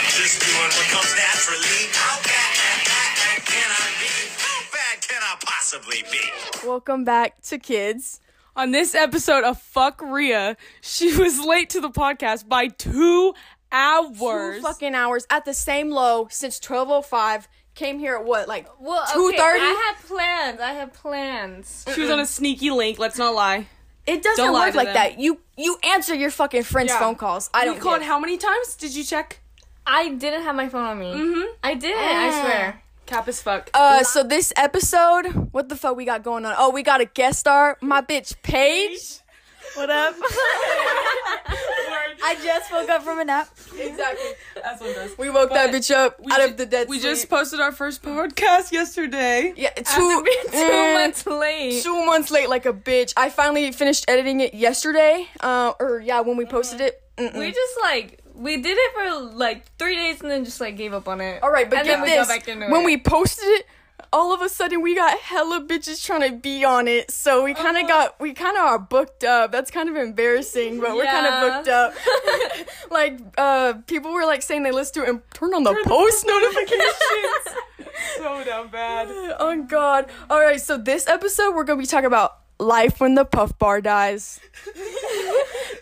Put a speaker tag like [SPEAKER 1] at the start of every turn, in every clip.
[SPEAKER 1] doing what comes naturally. How bad, bad can I be? How bad can I possibly be?
[SPEAKER 2] Welcome back to Kids. On this episode of Fuck Ria, she was late to the podcast by two hours.
[SPEAKER 3] Two fucking hours at the same low since 1205. Came here at what, like
[SPEAKER 4] Well, okay,
[SPEAKER 3] 2.30?
[SPEAKER 4] I had plans. I had plans.
[SPEAKER 2] she was on a sneaky link, let's not lie.
[SPEAKER 3] it doesn't
[SPEAKER 2] Don't lie
[SPEAKER 3] work
[SPEAKER 2] to
[SPEAKER 3] like
[SPEAKER 2] them.
[SPEAKER 3] that. You you answer your fucking friend's
[SPEAKER 2] Yeah.
[SPEAKER 3] phone calls. I don't
[SPEAKER 2] we called
[SPEAKER 3] get it.
[SPEAKER 2] how many times? Did you check?
[SPEAKER 4] I didn't have my phone on me. Mm-hmm. I didn't. I swear.
[SPEAKER 2] Cap as fuck.
[SPEAKER 3] Uh, so this episode, what the fuck we got going on? Oh, we got a guest star, my bitch Paige.
[SPEAKER 5] What up? I just woke up from a nap.
[SPEAKER 3] Exactly.
[SPEAKER 2] As one does.
[SPEAKER 3] We woke that bitch up out of the dead
[SPEAKER 2] We
[SPEAKER 3] sleep.
[SPEAKER 2] just posted our first podcast yesterday.
[SPEAKER 3] yeah two
[SPEAKER 4] Two
[SPEAKER 3] mm,
[SPEAKER 4] months late.
[SPEAKER 3] two months late like a bitch. I finally finished editing it yesterday. Uh, or yeah, when we posted it. Mm-mm.
[SPEAKER 4] We just like we did it for like three days and then just like gave up on it.
[SPEAKER 3] All right, but
[SPEAKER 4] and
[SPEAKER 3] get
[SPEAKER 4] then we
[SPEAKER 3] this.
[SPEAKER 4] Got back into
[SPEAKER 3] when
[SPEAKER 4] it.
[SPEAKER 3] we posted it, all of a sudden we got hella bitches trying to be on it. So
[SPEAKER 4] Oh
[SPEAKER 3] we kind of got, we kind of are booked up. That's kind of embarrassing, but we're kind
[SPEAKER 4] Yeah.
[SPEAKER 3] of booked up. like, uh, people were like saying they listened to it and turned on the post notifications.
[SPEAKER 2] So damn bad.
[SPEAKER 3] oh God! All right, so this episode we're gonna be talking about life when the puff bar dies.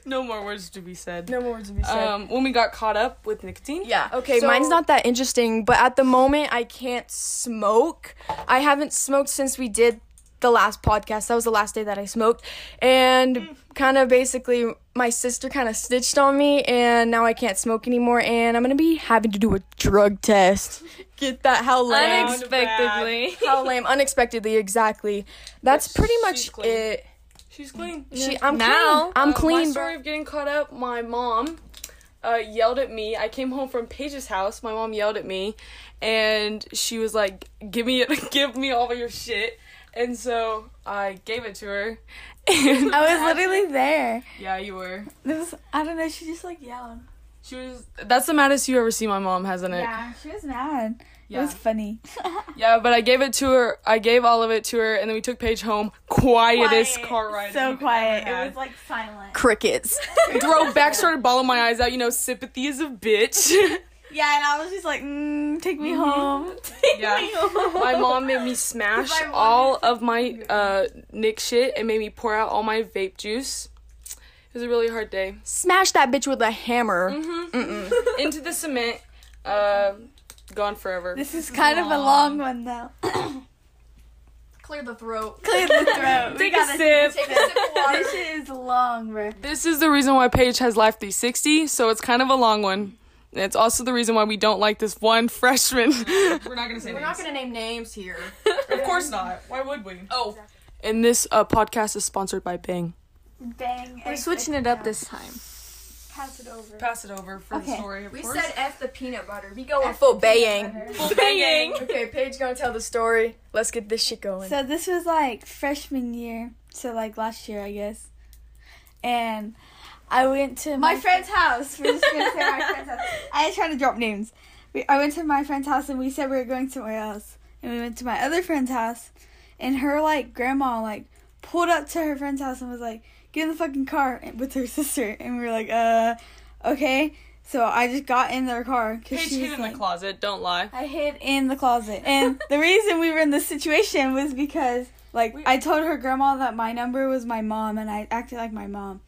[SPEAKER 2] No more words to be said.
[SPEAKER 3] No more words to be said.
[SPEAKER 2] Um, when we got caught up with nicotine.
[SPEAKER 3] Yeah. Okay,
[SPEAKER 2] So-
[SPEAKER 3] mine's not that interesting, but at the moment I can't smoke. I haven't smoked since we did the last podcast. That was the last day that I smoked. And kind of basically my sister kind of stitched on me and now I can't smoke anymore and I'm going to be having to do a drug test. Get that how lame.
[SPEAKER 4] unexpectedly.
[SPEAKER 3] how lame unexpectedly exactly. That's pretty
[SPEAKER 2] she's
[SPEAKER 3] much
[SPEAKER 2] clean.
[SPEAKER 3] it.
[SPEAKER 2] She's clean.
[SPEAKER 3] She, I'm
[SPEAKER 4] Now-
[SPEAKER 3] clean. I'm
[SPEAKER 2] Uh, My
[SPEAKER 3] clean, bro.
[SPEAKER 2] story of getting caught up. My mom uh, yelled at me. I came home from Paige's house. My mom yelled at me, and she was like, "Give me, give me all of your shit." And so I gave it to her. And
[SPEAKER 5] I was literally there.
[SPEAKER 2] yeah, you were.
[SPEAKER 5] This was, I don't know. She just like yelled.
[SPEAKER 2] She was. That's the maddest you ever see my mom, hasn't it?
[SPEAKER 5] she was mad. It
[SPEAKER 2] Yeah.
[SPEAKER 5] was funny.
[SPEAKER 2] Yeah, but I gave it to her. I gave all of it to her, and then we took Paige home. Quietest car ride.
[SPEAKER 5] So
[SPEAKER 2] we've
[SPEAKER 5] quiet.
[SPEAKER 2] ever
[SPEAKER 5] It
[SPEAKER 2] had.
[SPEAKER 5] was like silent.
[SPEAKER 3] Crickets.
[SPEAKER 2] Drove back, started bawling my eyes out. You know, sympathy is a bitch.
[SPEAKER 5] Yeah, and I was just like, mm, take me home.
[SPEAKER 2] Yeah. My mom made me smash
[SPEAKER 5] My mom
[SPEAKER 2] all of my uh, Nick shit and made me pour out all my vape juice. It was a really hard day.
[SPEAKER 3] Smash that bitch with a hammer.
[SPEAKER 2] Into the cement, uh, gone forever.
[SPEAKER 5] This is kind of a long one though.
[SPEAKER 3] Clear the throat.
[SPEAKER 5] Clear the throat. we
[SPEAKER 2] Take a
[SPEAKER 5] gotta
[SPEAKER 2] sip.
[SPEAKER 5] Take a sip of water. This shit is long, bro.
[SPEAKER 2] This is the reason why Paige has Life 360, so it's kind of a long one. And it's also the reason why we don't like this one freshman. We're not gonna say
[SPEAKER 3] We're not going to name names here.
[SPEAKER 2] Of course not. Why would we? Oh. And this uh, podcast is sponsored by Bang.
[SPEAKER 5] Bang.
[SPEAKER 4] We're switching it up this time.
[SPEAKER 5] Pass it over.
[SPEAKER 2] Pass it over for
[SPEAKER 5] Okay.
[SPEAKER 2] story. Of
[SPEAKER 3] We said F the peanut butter. We going full bayang.
[SPEAKER 2] Bang.
[SPEAKER 3] Okay, Paige gonna tell the story. Let's get this shit going.
[SPEAKER 5] So this was like freshman year, so like last year, I guess. And I went to my, friend's house. We're just gonna say my friend's house. I ain't trying to drop names. We, I went to my friend's house and we said we were going somewhere else, and we went to my other friend's house, and her like grandma like pulled up to her friend's house and was like, "Get in the fucking car" with her sister, and we were like, "Uh, okay." So I just got in their car because
[SPEAKER 2] Paige
[SPEAKER 5] she was
[SPEAKER 2] hid in
[SPEAKER 5] like,
[SPEAKER 2] the closet. Don't lie.
[SPEAKER 5] I hid in the closet. And the reason we were in this situation was because, like, I told her grandma that my number was my mom, and I acted like my mom.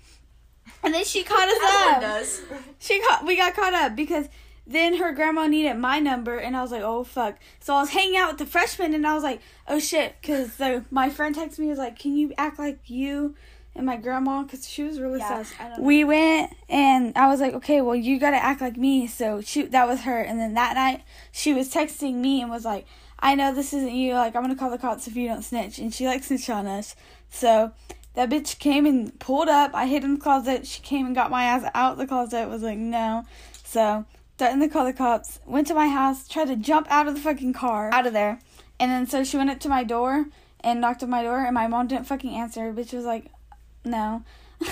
[SPEAKER 5] And then she caught us up.
[SPEAKER 3] does.
[SPEAKER 5] She caught. We got caught up because then her grandma needed my number, and I was like, oh fuck. So I was hanging out with the freshmen, and I was like, oh shit, because my friend texted me was like, can you act like you? And my grandma, because she was really sus. We went, and I was like, okay, well, you gotta act like me. So she, that was her. And then that night, she was texting me and was like, I know this isn't you. Like, I'm gonna call the cops if you don't snitch. And she like snitched on us. So that bitch came and pulled up. I hid in the closet. She came and got my ass out the closet. Was like, no. So threatened to call the cops. Went to my house. Tried to jump out of the fucking car. Out of there. And then so she went up to my door and knocked on my door. And my mom didn't fucking answer. Bitch was like, no.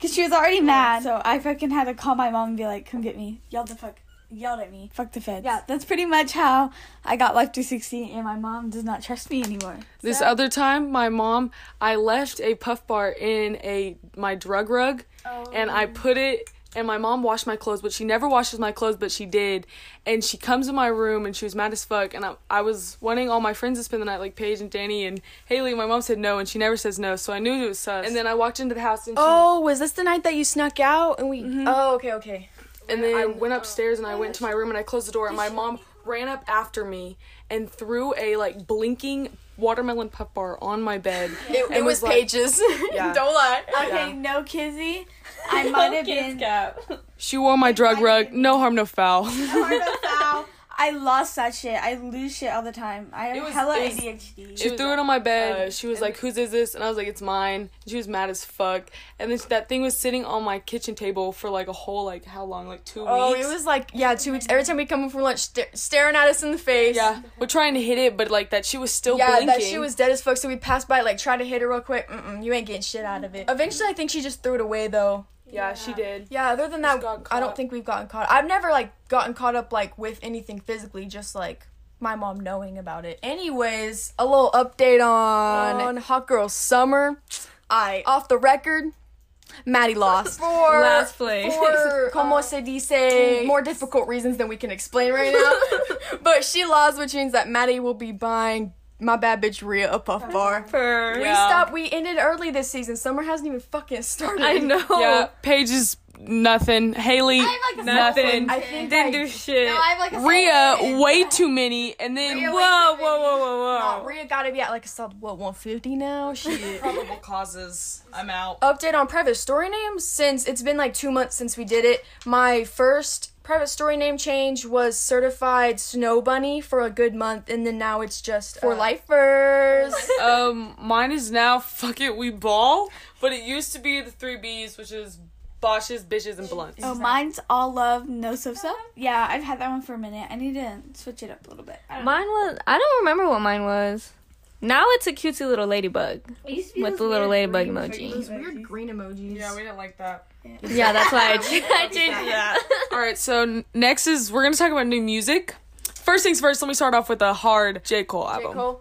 [SPEAKER 5] Cause she was already mad. So I fucking had to call my mom and be like, come get me. Yelled the fuck yelled at me. Fuck the feds. Yeah, that's pretty much how I got Life 360 and my mom does not trust me anymore.
[SPEAKER 2] This other time, my mom, I left a puff bar in a my drug rug, and I put it and my mom washed my clothes, but she never washes my clothes, but she did. And she comes in my room and she was mad as fuck. And I, I was wanting all my friends to spend the night, like Paige and Danny and Haley. My mom said no, and she never says no, so I knew it was sus. And then I walked into the house and she,
[SPEAKER 3] Oh, was this the night that you snuck out and we? Oh, okay, okay.
[SPEAKER 2] and then I went upstairs and I went to my room and I closed the door and my mom ran up after me and threw a like blinking watermelon puff bar on my bed.
[SPEAKER 3] It,
[SPEAKER 2] And was like-
[SPEAKER 3] pages. Don't lie.
[SPEAKER 5] Okay, no kizzy. I might have been
[SPEAKER 2] She wore my drug rug. No harm, no foul.
[SPEAKER 5] part of foul. I lost that shit. I lose shit all the time. I have
[SPEAKER 2] was-
[SPEAKER 5] hella
[SPEAKER 2] it was-
[SPEAKER 5] ADHD.
[SPEAKER 2] She
[SPEAKER 5] It,
[SPEAKER 2] threw it on my
[SPEAKER 3] uh,
[SPEAKER 2] bed. she was like, "Whose is this?" And I was like, "It's mine." And she was mad as fuck. And then that thing was sitting on my kitchen table for like a whole like how long? Like two
[SPEAKER 3] Oh,
[SPEAKER 2] weeks.
[SPEAKER 3] it was like yeah, two weeks. Every time we come home from lunch, sta- staring at us in the face.
[SPEAKER 2] yeah, we're trying to hit it, but like that shit was still
[SPEAKER 3] Yeah,
[SPEAKER 2] blinking.
[SPEAKER 3] that shit was dead as fuck. So we passed by, like, try to hit her real quick. Mm-mm, you ain't getting shit out of it. Eventually, I think she just threw it away, though.
[SPEAKER 2] Yeah, she did.
[SPEAKER 3] Yeah, other than that,
[SPEAKER 2] got
[SPEAKER 3] I
[SPEAKER 2] caught.
[SPEAKER 3] don't think we've gotten caught. I've never like gotten caught up like with anything physically, just like my mom knowing about it. Anyways, a little update on, on Hot Girl Summer. I off the record, Maddie lost for
[SPEAKER 4] Last place.
[SPEAKER 3] For como se dice, more difficult reasons than we can explain right now. but she lost, which means that Maddie will be buying my bad bitch Rhea a puff bar.
[SPEAKER 4] For
[SPEAKER 3] We stopped. We ended early this season. Summer hasn't even fucking started.
[SPEAKER 4] I know.
[SPEAKER 2] Yeah, Paige is nothing. Haley,
[SPEAKER 4] Nothing.
[SPEAKER 3] I think
[SPEAKER 4] Didn't
[SPEAKER 3] I-
[SPEAKER 4] do shit.
[SPEAKER 2] Rhea, way too many. And then
[SPEAKER 4] whoa, whoa, whoa, whoa,
[SPEAKER 3] Oh,
[SPEAKER 4] whoa.
[SPEAKER 3] Rhea gotta be at like a solid what 150 now. Shit.
[SPEAKER 2] probable causes. I'm out.
[SPEAKER 3] Update on private story names since it's been like two months since we did it. My first private story name change was certified snow bunny for a good month, and then now it's just uh, for lifers.
[SPEAKER 2] um, mine is now fuck it, we ball. But it used to be the three B's, which is boshes, bitches, and blunts.
[SPEAKER 5] oh, mine's all love, no so so. Yeah, I've had that one for a minute. I need to switch it up a little bit.
[SPEAKER 4] Mine was. I don't remember what mine was. Now it's a cutesy little ladybug with the little ladybug emoji.
[SPEAKER 3] weird green emojis.
[SPEAKER 2] Yeah, we didn't like that.
[SPEAKER 4] Yeah, that's why I, ch- I changed that.
[SPEAKER 2] All right, so n- next is we're gonna talk about new music. First things first, let me start off with a hard J Cole album.
[SPEAKER 3] Cool.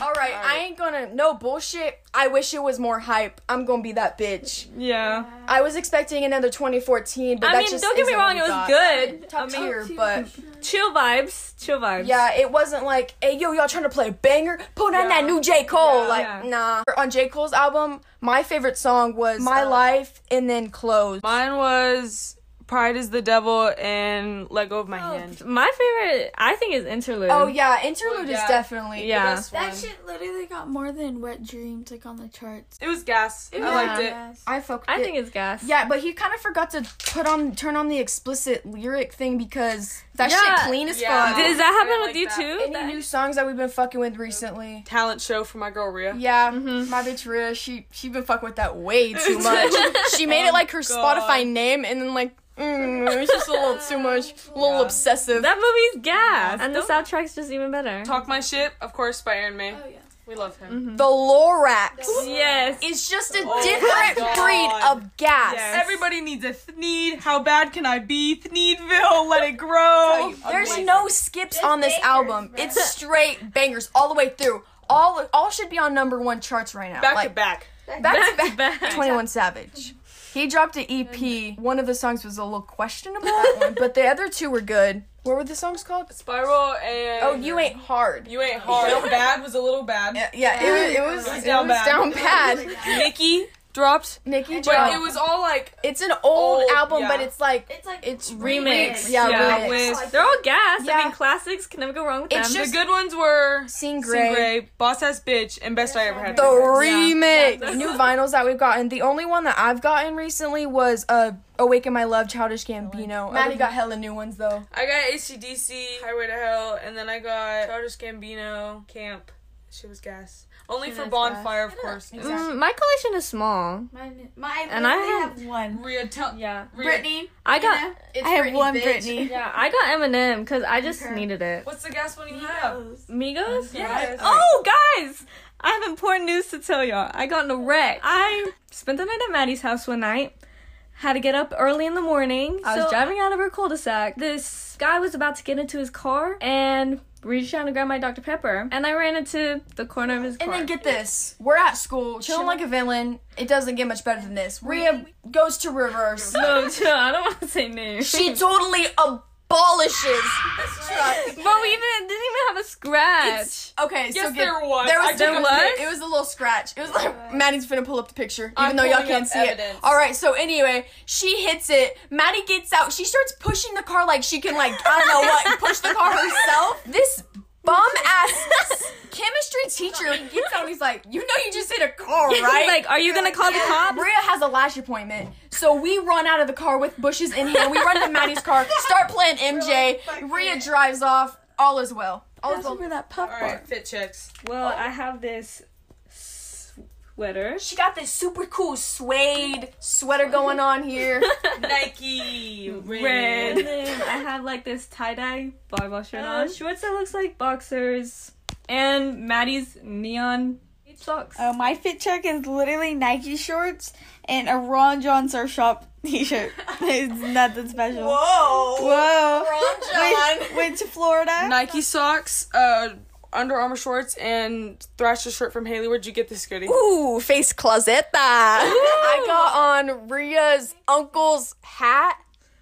[SPEAKER 3] All right, I ain't gonna no bullshit. I wish it was more hype. I'm gonna be that bitch.
[SPEAKER 4] Yeah.
[SPEAKER 3] I was expecting another 2014, but
[SPEAKER 4] I
[SPEAKER 3] that
[SPEAKER 4] mean,
[SPEAKER 3] just
[SPEAKER 4] don't get me
[SPEAKER 3] isn't what
[SPEAKER 4] wrong.
[SPEAKER 3] we
[SPEAKER 4] It was
[SPEAKER 3] got.
[SPEAKER 4] good.
[SPEAKER 3] Top
[SPEAKER 4] I mean,
[SPEAKER 3] tier, but
[SPEAKER 4] chill vibes. Chill vibes.
[SPEAKER 3] Yeah, it wasn't like, hey, yo, y'all trying to play a banger? Put on that new J. Cole. like,
[SPEAKER 4] Yeah.
[SPEAKER 3] nah. On J. Cole's album, my favorite song was uh, My Life and then Clothes.
[SPEAKER 2] Mine was Pride is the Devil and Let Go of My Hand.
[SPEAKER 4] My favorite, I think, is interlude.
[SPEAKER 3] oh, yeah, Interlude is definitely.
[SPEAKER 4] Yeah.
[SPEAKER 5] That shit literally got more than Wet Dreams, like on the charts.
[SPEAKER 2] It was gas. I liked it.
[SPEAKER 3] I fucked
[SPEAKER 4] I
[SPEAKER 3] it.
[SPEAKER 4] think it's gas.
[SPEAKER 3] yeah, but he kind of forgot to put on turn on the explicit lyric thing because that
[SPEAKER 4] Yeah.
[SPEAKER 3] shit clean as
[SPEAKER 2] Yeah.
[SPEAKER 3] fuck.
[SPEAKER 4] Does that happen
[SPEAKER 2] like
[SPEAKER 4] with you
[SPEAKER 2] that.
[SPEAKER 4] too?
[SPEAKER 3] Any new songs that we've been fucking with recently?
[SPEAKER 2] Talent show for my girl Rhea.
[SPEAKER 3] Yeah, my bitch Rhea, she she been fucking with that way too much. she made it like her Spotify name, and then like mm, it's just a little too much, a little obsessive.
[SPEAKER 4] that movie's gas, and the soundtrack's just even better.
[SPEAKER 2] Talk My Shit, of course, by Aaron May. Oh, yeah. We love him.
[SPEAKER 3] the Lorax
[SPEAKER 4] Yes.
[SPEAKER 3] is just a
[SPEAKER 2] my
[SPEAKER 3] different
[SPEAKER 2] God.
[SPEAKER 3] breed of gas.
[SPEAKER 4] Yes.
[SPEAKER 2] Everybody needs a Thneed. How bad can I be? Thneedville, let it grow.
[SPEAKER 3] There's no skips on this album. It's straight bangers all the way through. All all should be on number one charts right now.
[SPEAKER 2] Back
[SPEAKER 3] Like,
[SPEAKER 2] to back.
[SPEAKER 3] back,
[SPEAKER 4] Back to
[SPEAKER 3] to back.
[SPEAKER 4] back.
[SPEAKER 3] 21 Savage. He dropped an EP. One of the songs was a little questionable, that one, but the other two were good. What were the songs called?
[SPEAKER 2] Spiral and.
[SPEAKER 3] Oh, you ain't hard.
[SPEAKER 2] You ain't hard. bad was a little bad.
[SPEAKER 3] yeah, it was, it was, it was down bad.
[SPEAKER 2] Nikki dropped.
[SPEAKER 3] Nikki
[SPEAKER 2] But
[SPEAKER 3] dropped.
[SPEAKER 2] it was all like.
[SPEAKER 3] it's an old,
[SPEAKER 2] old,
[SPEAKER 3] album,
[SPEAKER 2] yeah.
[SPEAKER 3] but it's like
[SPEAKER 5] It's like
[SPEAKER 3] it's
[SPEAKER 4] Remix.
[SPEAKER 3] remix. Yeah,
[SPEAKER 2] Yeah,
[SPEAKER 3] remix.
[SPEAKER 2] with-
[SPEAKER 4] They're all gas. I
[SPEAKER 3] Yeah.
[SPEAKER 4] mean, classics can never go wrong with
[SPEAKER 3] It's
[SPEAKER 4] them.
[SPEAKER 2] The
[SPEAKER 3] just-
[SPEAKER 2] good ones were.
[SPEAKER 3] Sing
[SPEAKER 2] Sing
[SPEAKER 3] Gray.
[SPEAKER 2] Gray, Boss Ass Bitch, and Best I Ever Had.
[SPEAKER 3] The remix.
[SPEAKER 4] Yeah.
[SPEAKER 3] New vinyls that we've gotten. The only one that I've gotten recently was uh Awaken My Love, Childish Gambino. Maddie got hella new ones though.
[SPEAKER 2] I got ACDC, Highway to Hell, and then I got Childish Gambino, Camp. She was gas. Only for Bonfire, of course.
[SPEAKER 4] Mm, my collection is small.
[SPEAKER 5] Mine, mine
[SPEAKER 4] And
[SPEAKER 5] and
[SPEAKER 4] I
[SPEAKER 5] I
[SPEAKER 4] have-
[SPEAKER 5] have, one.
[SPEAKER 2] Rhea, tell.
[SPEAKER 4] Yeah.
[SPEAKER 2] Rhea,
[SPEAKER 5] Brittany.
[SPEAKER 4] I got.
[SPEAKER 3] It's
[SPEAKER 5] I have
[SPEAKER 3] Britney,
[SPEAKER 5] one
[SPEAKER 3] bitch.
[SPEAKER 5] Brittany.
[SPEAKER 4] Yeah, I got Eminem because I just needed it.
[SPEAKER 2] What's the gas one you
[SPEAKER 5] Oh,
[SPEAKER 2] have?
[SPEAKER 4] Migos?
[SPEAKER 2] Yes.
[SPEAKER 4] Oh, guys! I have important news to tell y'all. I got in a wreck. I spent the night at Maddie's house one night. Had to get up early in the morning. I was driving out of her cul-de-sac. This guy was about to get into his car and reached down to grab my Dr. Pepper, and I ran into the corner of his car.
[SPEAKER 3] And then get this. We're at school, chilling like a villain. It doesn't get much better than this. Rhea goes to reverse.
[SPEAKER 4] no, Oh, chill. I don't want to say names.
[SPEAKER 3] she totally abolishes this truck.
[SPEAKER 4] but we didn't, didn't even have a scratch.
[SPEAKER 3] Okay, so
[SPEAKER 2] Yes,
[SPEAKER 3] get-
[SPEAKER 2] there was.
[SPEAKER 3] There
[SPEAKER 2] I
[SPEAKER 3] was,
[SPEAKER 2] can
[SPEAKER 3] there
[SPEAKER 4] confirm.
[SPEAKER 3] was. It was a little scratch. It was like Maddie's finna pull up the picture, even
[SPEAKER 2] I'm
[SPEAKER 3] though y'all
[SPEAKER 2] pulling
[SPEAKER 3] can't
[SPEAKER 2] up
[SPEAKER 3] see
[SPEAKER 2] evidence.
[SPEAKER 3] it. All right, so anyway, she hits it. Maddie gets out. She starts pushing the car like she can, like I don't know what, push the car herself. This bum ass chemistry teacher gets out. and He's like, you know, you just hit a car, right?
[SPEAKER 4] like, are you gonna call the cops?
[SPEAKER 3] Bria has a lash appointment, so we run out of the car with bushes in hand. We run to Maddie's car, start playing MJ. Rhea drives off. All is well. All is
[SPEAKER 5] That's
[SPEAKER 3] well.
[SPEAKER 5] where that puff bar.
[SPEAKER 2] Alright, fit checks.
[SPEAKER 4] Well, I have this sweater.
[SPEAKER 3] She got this super cool suede sweater going on here.
[SPEAKER 2] Nike.
[SPEAKER 4] Red. And then I have like this tie dye volleyball shirt on. Shorts that looks like boxers. And Maddie's neon socks.
[SPEAKER 3] Um,
[SPEAKER 5] Uh, my fit check is literally Nike shorts and a Ron John Surf Shop t-shirt. it's nothing special.
[SPEAKER 3] Whoa!
[SPEAKER 4] Oh.
[SPEAKER 5] Whoa.
[SPEAKER 3] Ron
[SPEAKER 5] Went, went to Florida.
[SPEAKER 2] Nike socks, uh, Under Armour shorts, and Thrasher shirt from Haley. Where'd you get this goodie?
[SPEAKER 3] Ooh, face closet I got on Ria's uncle's hat.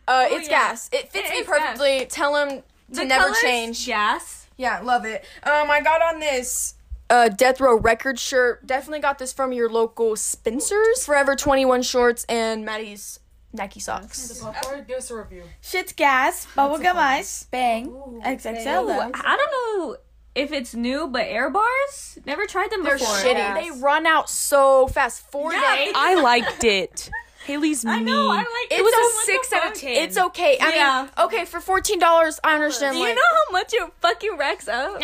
[SPEAKER 3] Uh, it's
[SPEAKER 4] Oh, yeah.
[SPEAKER 3] gas. It fits
[SPEAKER 4] It
[SPEAKER 3] me
[SPEAKER 4] is gas.
[SPEAKER 3] perfectly. Tell him to never change.
[SPEAKER 4] Yes.
[SPEAKER 3] Yeah, love it. Um, I got on this uh Death Row record shirt. Definitely got this from your local Spencer's. Forever 21 shorts and Maddie's Nike socks.
[SPEAKER 2] After, give us a review.
[SPEAKER 5] Shit's gas. Bubblegum ice. Bang. XXL though.
[SPEAKER 4] I don't know if it's new, but air bars never tried them
[SPEAKER 3] They're
[SPEAKER 4] before.
[SPEAKER 3] shitty. They run out so fast. Four days.
[SPEAKER 2] I liked it. Haley's mean.
[SPEAKER 4] I know. I like.
[SPEAKER 3] It was a six out of ten. It's okay. I
[SPEAKER 4] Yeah.
[SPEAKER 3] mean, okay for fourteen dollars, I understand.
[SPEAKER 4] Do you
[SPEAKER 3] like,
[SPEAKER 4] know how much it fucking racks up?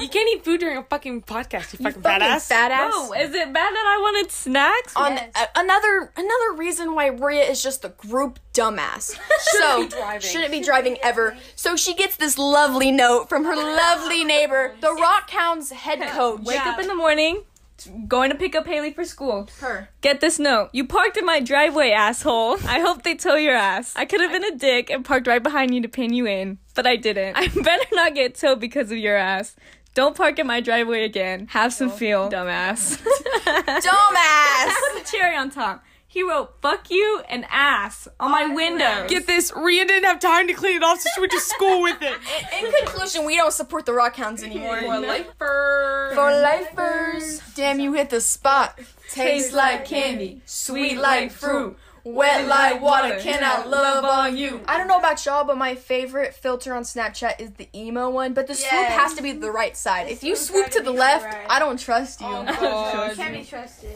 [SPEAKER 2] You can't eat food during a fucking podcast, you
[SPEAKER 3] fucking
[SPEAKER 2] fucking, badass.
[SPEAKER 3] badass.
[SPEAKER 4] Oh, is it bad that I wanted snacks?
[SPEAKER 3] On a- another another reason why Rhea is just the group dumbass. so shouldn't be driving ever. So she gets this lovely note from her lovely neighbor, the Rockhounds head coach.
[SPEAKER 4] Wake up in the morning, t- going to pick up Haley for school.
[SPEAKER 3] her.
[SPEAKER 4] Get this note. You parked in my driveway, asshole. I hope they tow your ass. I could have been a dick and parked right behind you to pin you in, but I didn't. I better not get towed because of your ass. Don't park in my driveway again. Have some feel, dumbass.
[SPEAKER 3] Dumbass.
[SPEAKER 4] Put the cherry on top. He wrote "fuck you" and "ass" on my window.
[SPEAKER 2] Get this. Rhea didn't have time to clean it off, so she went to school with it.
[SPEAKER 3] In conclusion, we don't support the Rockhounds anymore.
[SPEAKER 2] Lifer.
[SPEAKER 3] For lifers, damn, you hit the spot. Tastes like candy, sweet like fruit, wet like water. Can I love on you? I don't know about y'all, but my favorite filter on Snapchat is the emo one. But the swoop
[SPEAKER 5] Yes.
[SPEAKER 3] has to be the right side. If you swoop to the Oh. left, I don't trust you.
[SPEAKER 2] Oh,
[SPEAKER 5] Can't be trusted.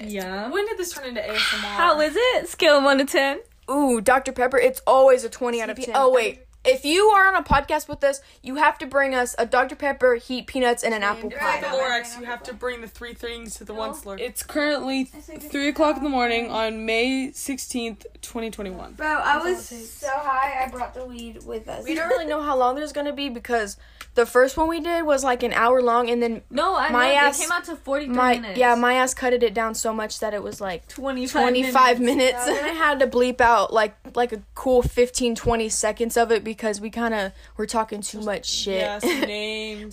[SPEAKER 4] yeah.
[SPEAKER 2] When did this turn into ASMR?
[SPEAKER 4] How is it? Scale of one to ten.
[SPEAKER 3] Ooh, Dr. Pepper, it's always a 20 out of 10. Oh, wait. If you are on a podcast with us, you have to bring us a Dr. Pepper, heat peanuts, and an apple
[SPEAKER 2] the
[SPEAKER 3] pie.
[SPEAKER 2] Lorax, you have to bring the three things to the one slur. It's currently three o'clock in the morning on May sixteenth, twenty twenty-one.
[SPEAKER 5] Bro, I was so high I brought the weed with us.
[SPEAKER 3] We don't really know how long there's gonna be because the first one we did was like an hour long, and then
[SPEAKER 4] No, I
[SPEAKER 3] My
[SPEAKER 4] know.
[SPEAKER 3] ass-
[SPEAKER 4] it came out to forty-three
[SPEAKER 3] my
[SPEAKER 4] minutes.
[SPEAKER 3] yeah my ass cutted it down so much that it was like
[SPEAKER 4] twenty-five.
[SPEAKER 3] 25 minutes and i had to bleep out like like a cool 15 20 seconds of it because we kind of were talking too much shit
[SPEAKER 2] Yes, names.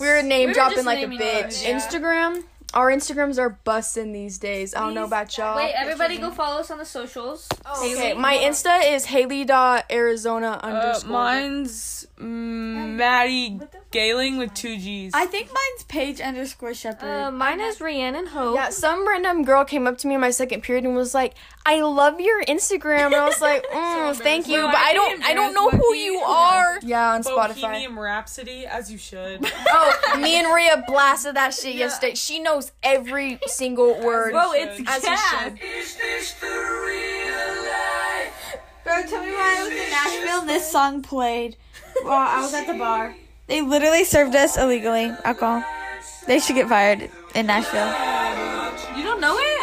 [SPEAKER 3] we were name
[SPEAKER 4] We were
[SPEAKER 3] dropping
[SPEAKER 4] just
[SPEAKER 3] like a
[SPEAKER 4] naming
[SPEAKER 3] bitch
[SPEAKER 4] ours, yeah.
[SPEAKER 3] instagram our instagrams are busting these days i don't know about y'all
[SPEAKER 4] Wait, everybody, go follow us on the socials.
[SPEAKER 3] okay my insta is haley dot arizona
[SPEAKER 2] Uh,
[SPEAKER 3] underscore
[SPEAKER 2] mine's mm, Maddie Galing with two G's.
[SPEAKER 5] I think mine's Paige underscore Shepherd.
[SPEAKER 4] Uh, mine is Rhiannon Hope.
[SPEAKER 3] yeah, some random girl came up to me in my second period and was like, "I love your Instagram," and I was like, mm, "Thank you,"
[SPEAKER 4] Bro,
[SPEAKER 3] but
[SPEAKER 4] I
[SPEAKER 3] I
[SPEAKER 4] think
[SPEAKER 3] don't, I don't
[SPEAKER 4] embarrassed
[SPEAKER 3] know who
[SPEAKER 4] Bucky.
[SPEAKER 3] you are. Yeah, on Spotify.
[SPEAKER 2] Bohemian Rhapsody, as you should.
[SPEAKER 3] Oh, me and Rhea blasted that shit yesterday. She knows every single word.
[SPEAKER 4] Bro, it's
[SPEAKER 3] As you
[SPEAKER 4] gas.
[SPEAKER 5] Bro, tell me why I was in Nashville. This song played while I was at the bar. They literally served us illegally alcohol. They should get fired in Nashville.
[SPEAKER 4] You don't know it?
[SPEAKER 3] Get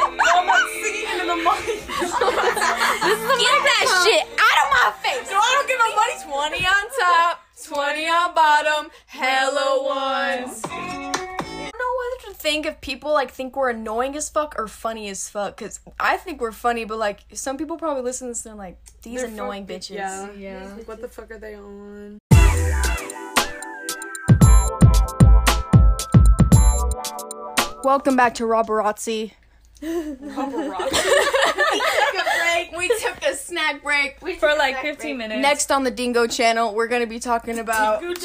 [SPEAKER 3] that shit out of my face. No, I don't give a money. 20 on top, 20 on bottom, hella ones. I don't know whether to think if people like think we're annoying as fuck or funny as fuck, because I think we're funny, but like some people probably listen to this and they're like these
[SPEAKER 2] They're
[SPEAKER 3] annoying
[SPEAKER 2] fucking-
[SPEAKER 3] bitches.
[SPEAKER 2] Yeah. yeah. What the fuck are they on?
[SPEAKER 3] Welcome back to Robberazzi. We took a snack break.
[SPEAKER 4] for like 15 minutes.
[SPEAKER 3] Next on the Dingo Channel, we're gonna be talking about.
[SPEAKER 2] What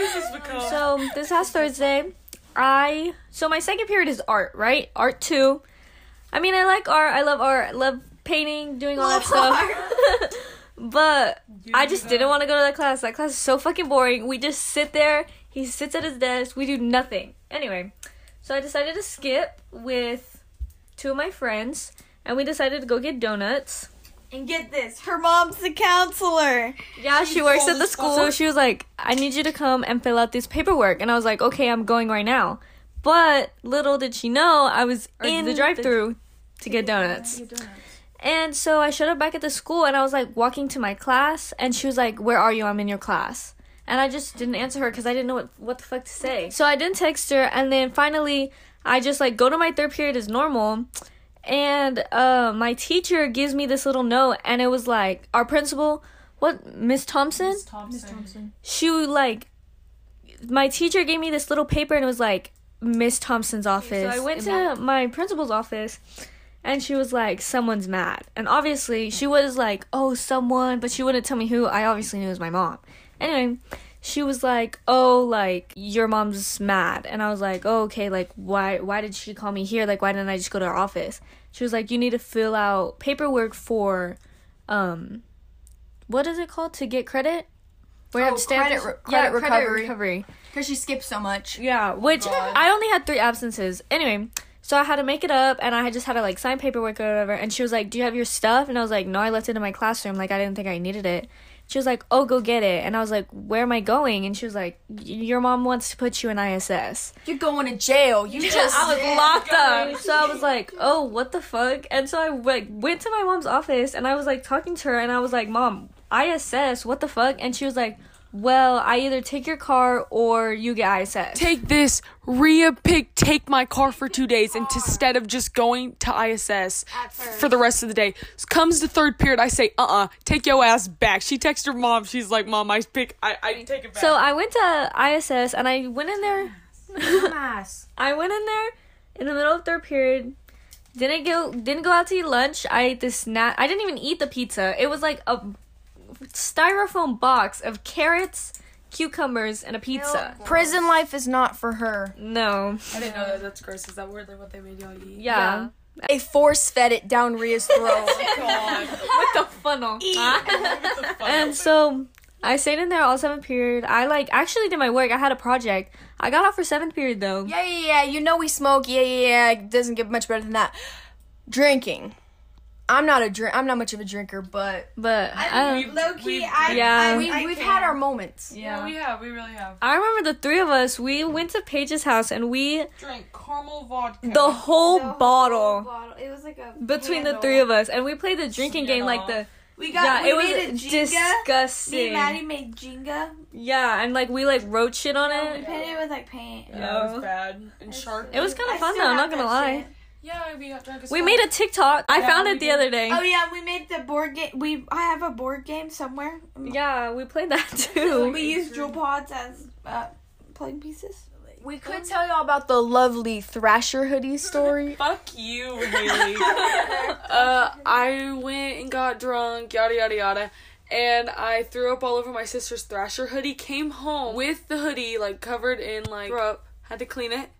[SPEAKER 2] is this become?
[SPEAKER 4] So this past Thursday, I so my second period is art, right? Art two. I mean, I like art. I love art. I love painting, doing all that stuff. but I just didn't want to go to that class. That class is so fucking boring. We just sit there. He sits at his desk. We do nothing. Anyway, so I decided to skip with two of my friends, and we decided to go get donuts.
[SPEAKER 5] And get this, her mom's the counselor.
[SPEAKER 4] Yeah, she works at the school. So she was like, I need you to come and fill out this paperwork. And I was like, okay, I'm going right now. But little did she know, I was in the drive through to get donuts. And so I showed up back at the school and I was like walking to my class. And she was like, where are you? I'm in your class. And I just didn't answer her because I didn't know what, what the fuck to say. So I didn't text her. And then finally, I just like go to my third period as normal and uh, my teacher gives me this little note, and it was like our principal, what Miss Thompson? Miss Thompson. She would, like, my teacher gave me this little paper, and it was like Miss Thompson's office. So I went to my principal's office, and she was like, "Someone's mad," and obviously she was like, "Oh, someone," but she wouldn't tell me who. I obviously knew it was my mom. Anyway. She was like, "Oh, like your mom's mad," and I was like, oh, "Okay, like why? Why did she call me here? Like why didn't I just go to her office?" she was like, "You need to fill out paperwork for, um, what is it called to get credit? Where you
[SPEAKER 3] Oh, credit re-
[SPEAKER 4] yeah,
[SPEAKER 3] credit recovery.
[SPEAKER 4] recovery.
[SPEAKER 3] Because she skipped so much.
[SPEAKER 4] Yeah, which I only had three absences. Anyway, so I had to make it up, and I had just had to like sign paperwork or whatever. And she was like, "Do you have your stuff?" And I was like, "No, I left it in my classroom. Like I didn't think I needed it." She was like, "Oh, go get it." And I was like, "Where am I going?" And she was like, "Y- "Your mom wants to put you in ISS."
[SPEAKER 3] You're going to jail. You just.
[SPEAKER 4] I was locked up. So I was like, oh, what the fuck? And so I like went to my mom's office and I was like talking to her and I was like, mom, ISS, what the fuck? And she was like, well, I either take your car or you get ISS.
[SPEAKER 2] Take this, Rhea Pig, take my car for two days and instead of just going to ISS for the rest of the day. Comes to third period, I say, uh uh take your ass back. She texts her mom, she's like, Mom, I pick, I, I take it back.
[SPEAKER 4] So I went to ISS and I went in there. I went in there in the middle of third period. Didn't go didn't go out to eat lunch. I ate this snack. I didn't even eat the pizza. It was like a styrofoam box of carrots, cucumbers, and a pizza.
[SPEAKER 3] Prison life is not for her.
[SPEAKER 4] No.
[SPEAKER 2] I didn't know that. That's gross. Is that word what they made y'all eat?
[SPEAKER 4] Yeah.
[SPEAKER 3] They force fed it down Ria's throat.
[SPEAKER 4] With the funnel. and so I stayed in there all seventh period. I like actually did my work. I had a project. I got off for seventh period though.
[SPEAKER 3] yeah, yeah, yeah. You know we smoke. Yeah, yeah, yeah. It doesn't get much better than that. Drinking. I'm not a drink. I'm not much of a drinker, but
[SPEAKER 4] But I, don't-
[SPEAKER 5] Low key, Um, I,
[SPEAKER 4] yeah.
[SPEAKER 5] I,
[SPEAKER 3] we,
[SPEAKER 5] I
[SPEAKER 3] we've
[SPEAKER 5] can't.
[SPEAKER 3] had our moments.
[SPEAKER 2] Yeah, we have. We really have.
[SPEAKER 4] I remember the three of us. We went to Paige's house and we
[SPEAKER 2] Drink caramel vodka.
[SPEAKER 4] the whole
[SPEAKER 5] The whole
[SPEAKER 4] bottle
[SPEAKER 5] bottle. It was like a
[SPEAKER 4] between the
[SPEAKER 5] candle.
[SPEAKER 4] three of us and we played the drinking game like the
[SPEAKER 5] We got.
[SPEAKER 4] yeah.
[SPEAKER 5] we
[SPEAKER 4] It
[SPEAKER 5] made a
[SPEAKER 4] was
[SPEAKER 5] Jenga. Me
[SPEAKER 4] disgusting.
[SPEAKER 5] and Maddie made Jenga.
[SPEAKER 4] Yeah, and like we like wrote shit on
[SPEAKER 5] We
[SPEAKER 4] it.
[SPEAKER 5] painted it with like paint.
[SPEAKER 2] Yeah, it was bad. And shark.
[SPEAKER 4] It was kind
[SPEAKER 5] I
[SPEAKER 4] of fun
[SPEAKER 5] still
[SPEAKER 4] though. I'm
[SPEAKER 5] have
[SPEAKER 4] not gonna
[SPEAKER 5] that
[SPEAKER 4] lie.
[SPEAKER 5] shit.
[SPEAKER 2] Yeah, we got drunk as
[SPEAKER 4] We
[SPEAKER 2] fuck.
[SPEAKER 4] made a TikTok. I
[SPEAKER 2] Yeah,
[SPEAKER 4] found
[SPEAKER 2] we
[SPEAKER 4] it the
[SPEAKER 2] did.
[SPEAKER 4] other day.
[SPEAKER 5] Oh yeah, we made the board game. We I have a board game somewhere.
[SPEAKER 4] Yeah, we played that too.
[SPEAKER 5] We use jewel pods as uh, playing pieces.
[SPEAKER 3] We could tell y'all about the lovely Thrasher hoodie story.
[SPEAKER 2] Fuck you, Haley. uh, I went and got drunk, yada yada yada, and I threw up all over my sister's Thrasher hoodie. Came home with the hoodie like covered in like throw up. Had to clean it.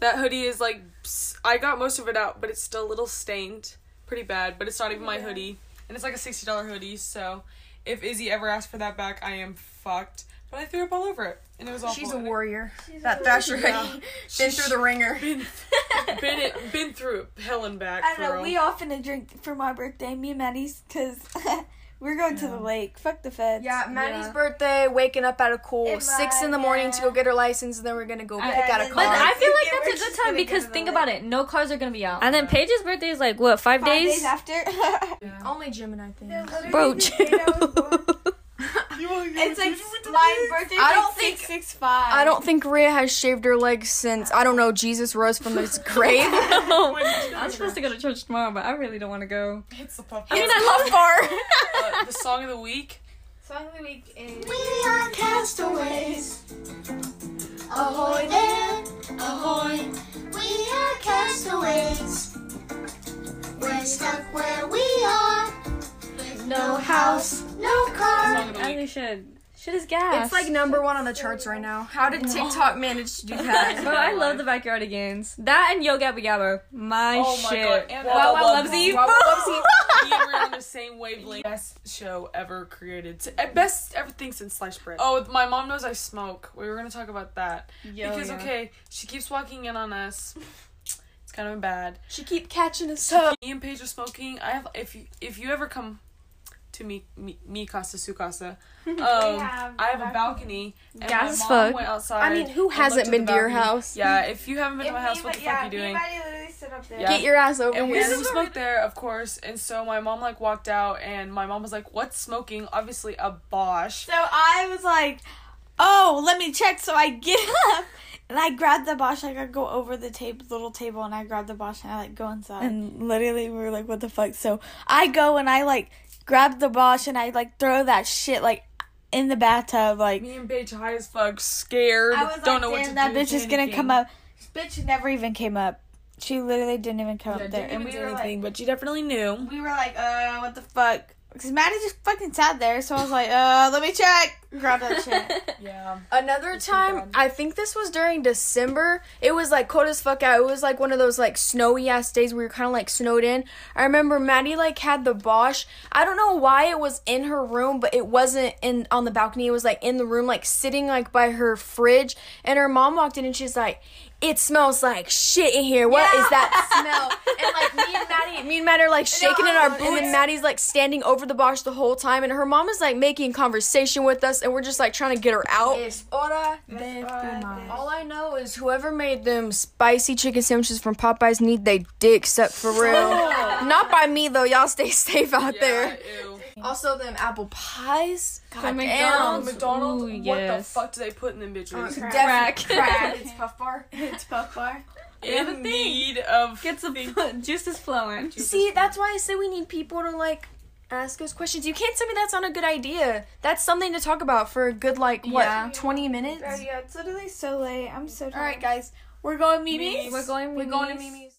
[SPEAKER 2] that hoodie is like s- I got most of it out, but it's still a little stained, pretty bad. But it's not even my hoodie, and it's like a sixty dollar hoodie. So if Izzy ever asks for that back, I am fucked. But I threw up all over it, and it was awful.
[SPEAKER 3] She's a
[SPEAKER 2] and it-
[SPEAKER 3] warrior. that Thrasher hoodie. Been through the ringer.
[SPEAKER 2] Been it, been through it, hell and back.
[SPEAKER 5] I
[SPEAKER 2] for
[SPEAKER 5] don't know.
[SPEAKER 2] real.
[SPEAKER 5] We all finna drink for my birthday, me and Maddie's, cause we're going to the lake. Fuck the feds.
[SPEAKER 3] Yeah, Maddie's birthday, waking up out of cool,
[SPEAKER 5] Am
[SPEAKER 3] six
[SPEAKER 5] I-
[SPEAKER 3] in the morning to
[SPEAKER 5] yeah.
[SPEAKER 3] go get her license, and then we're gonna go
[SPEAKER 4] I-
[SPEAKER 3] pick out a
[SPEAKER 5] But
[SPEAKER 3] car.
[SPEAKER 4] But I feel
[SPEAKER 5] Yeah,
[SPEAKER 4] like
[SPEAKER 5] we're
[SPEAKER 4] that's a
[SPEAKER 5] just
[SPEAKER 4] good time
[SPEAKER 5] gonna go
[SPEAKER 4] because
[SPEAKER 5] to
[SPEAKER 4] think
[SPEAKER 5] the
[SPEAKER 4] about it. No cars are gonna be out. And then Paige's birthday is like what, five,
[SPEAKER 5] Five days after.
[SPEAKER 3] Only Gemini thing.
[SPEAKER 4] Bro, chill.
[SPEAKER 5] It's like my birthday.
[SPEAKER 3] I
[SPEAKER 5] I
[SPEAKER 3] don't
[SPEAKER 5] don't
[SPEAKER 3] think-
[SPEAKER 5] six six five.
[SPEAKER 3] I don't think Rhea has shaved her legs since I don't know Jesus rose from his grave.
[SPEAKER 4] I'm supposed to go to church tomorrow, but I really don't want to go.
[SPEAKER 2] It's the puff.
[SPEAKER 4] I mean, I love bar.
[SPEAKER 2] uh, the song of the week.
[SPEAKER 5] Song of the week is
[SPEAKER 6] We are castaways. Ahoy there, ahoy. We are castaways. We're stuck where we are. With no house, no car.
[SPEAKER 4] should. Shit is gas.
[SPEAKER 3] It's like number one on the charts right now. How did TikTok manage to do
[SPEAKER 4] Bro,
[SPEAKER 3] that?
[SPEAKER 4] I love the Backyardigans. That and Yo Gabba Gabba. My
[SPEAKER 2] Oh my
[SPEAKER 4] shit.
[SPEAKER 2] God, and Wow
[SPEAKER 4] wow, wow,
[SPEAKER 2] Wow
[SPEAKER 4] Lovesy.
[SPEAKER 3] Wow Wow
[SPEAKER 2] we were on the same wavelength. Best show ever created. T- uh, Best everything since sliced bread. Oh, my mom knows I smoke. We were gonna talk about that because okay, she keeps walking in on us. It's kind of bad.
[SPEAKER 3] she keep catching us up.
[SPEAKER 2] Me and Paige are smoking. I have if you if you ever come to me me, me casa su casa, um, I have a balcony. And
[SPEAKER 4] Gas
[SPEAKER 2] my
[SPEAKER 4] as
[SPEAKER 2] mom
[SPEAKER 4] fuck.
[SPEAKER 2] Went outside.
[SPEAKER 3] I mean, who
[SPEAKER 2] and
[SPEAKER 3] hasn't
[SPEAKER 2] looked at
[SPEAKER 3] been
[SPEAKER 2] the
[SPEAKER 3] to your
[SPEAKER 2] balcony.
[SPEAKER 3] house?
[SPEAKER 2] Yeah, if you haven't been to my house, what the fuck
[SPEAKER 5] yeah,
[SPEAKER 2] are you doing?
[SPEAKER 5] Everybody literally stood up there.
[SPEAKER 2] Yeah.
[SPEAKER 3] Get your ass over
[SPEAKER 2] And we
[SPEAKER 3] here.
[SPEAKER 2] just smoked there, of course. And so my mom like walked out, and my mom was like, "What's smoking?" Obviously a Bosch.
[SPEAKER 5] So I was like, oh, let me check. So I get up and I grab the Bosch. Like I go over the table, little table, and I grab the Bosch and I like go inside. And literally, we were like, what the fuck? So I go and I like grab the Bosch and I like throw that shit like in the bathtub. Like
[SPEAKER 2] Me and bitch high as fuck, scared.
[SPEAKER 5] I was
[SPEAKER 2] Don't
[SPEAKER 5] like,
[SPEAKER 2] know what
[SPEAKER 5] damn,
[SPEAKER 2] to
[SPEAKER 5] that
[SPEAKER 2] do.
[SPEAKER 5] bitch is gonna come up. Bitch never even came up. She literally didn't even come
[SPEAKER 2] Yeah,
[SPEAKER 5] up there.
[SPEAKER 2] didn't even
[SPEAKER 5] and
[SPEAKER 2] do
[SPEAKER 5] we were
[SPEAKER 2] anything, but she definitely knew.
[SPEAKER 5] like, we were like, uh, what the fuck? Because Maddie just fucking sat there, so I was like, uh, let me check. Grab that shit.
[SPEAKER 2] Yeah.
[SPEAKER 3] Another time, I think this was during December. It was like cold as fuck out. It was like one of those like snowy ass days where you're kind of like snowed in. I remember Maddie like had the Bosch. I don't know why it was in her room, but it wasn't in on the balcony. It was like in the room, like sitting like by her fridge. And her mom walked in and she's like, "It smells like shit in here. What is that smell?" And like me and Maddie, me and Maddie are like shaking in our boots. And then Maddie's like standing over the Bosch the whole time, and her mom is like making conversation with us, and we're just like trying to get her out. It's hora de fumar. All I know is whoever made them spicy chicken sandwiches from Popeyes need they dicks up for real. Not by me though. Y'all stay safe out there.
[SPEAKER 2] Ew.
[SPEAKER 3] Also, them apple pies. God
[SPEAKER 2] Um,
[SPEAKER 4] McDonald's.
[SPEAKER 3] damn.
[SPEAKER 2] McDonald's.
[SPEAKER 4] Ooh,
[SPEAKER 2] what the
[SPEAKER 4] yes.
[SPEAKER 2] fuck do they put in them bitches?
[SPEAKER 4] Crack.
[SPEAKER 3] It's puff bar.
[SPEAKER 5] it's puff bar.
[SPEAKER 4] the
[SPEAKER 2] in
[SPEAKER 4] thing.
[SPEAKER 2] need of
[SPEAKER 4] Gets the juice is flowing.
[SPEAKER 3] See, that's why I say we need people to like ask us questions. You can't tell me that's not a good idea. That's something to talk about for a good like what
[SPEAKER 4] Yeah.
[SPEAKER 3] twenty minutes.
[SPEAKER 5] uh, Bro, yeah, it's literally so late. I'm so tired.
[SPEAKER 3] All right, guys.
[SPEAKER 5] We're going meeting.
[SPEAKER 4] We're going.
[SPEAKER 3] We're going to Mimi's.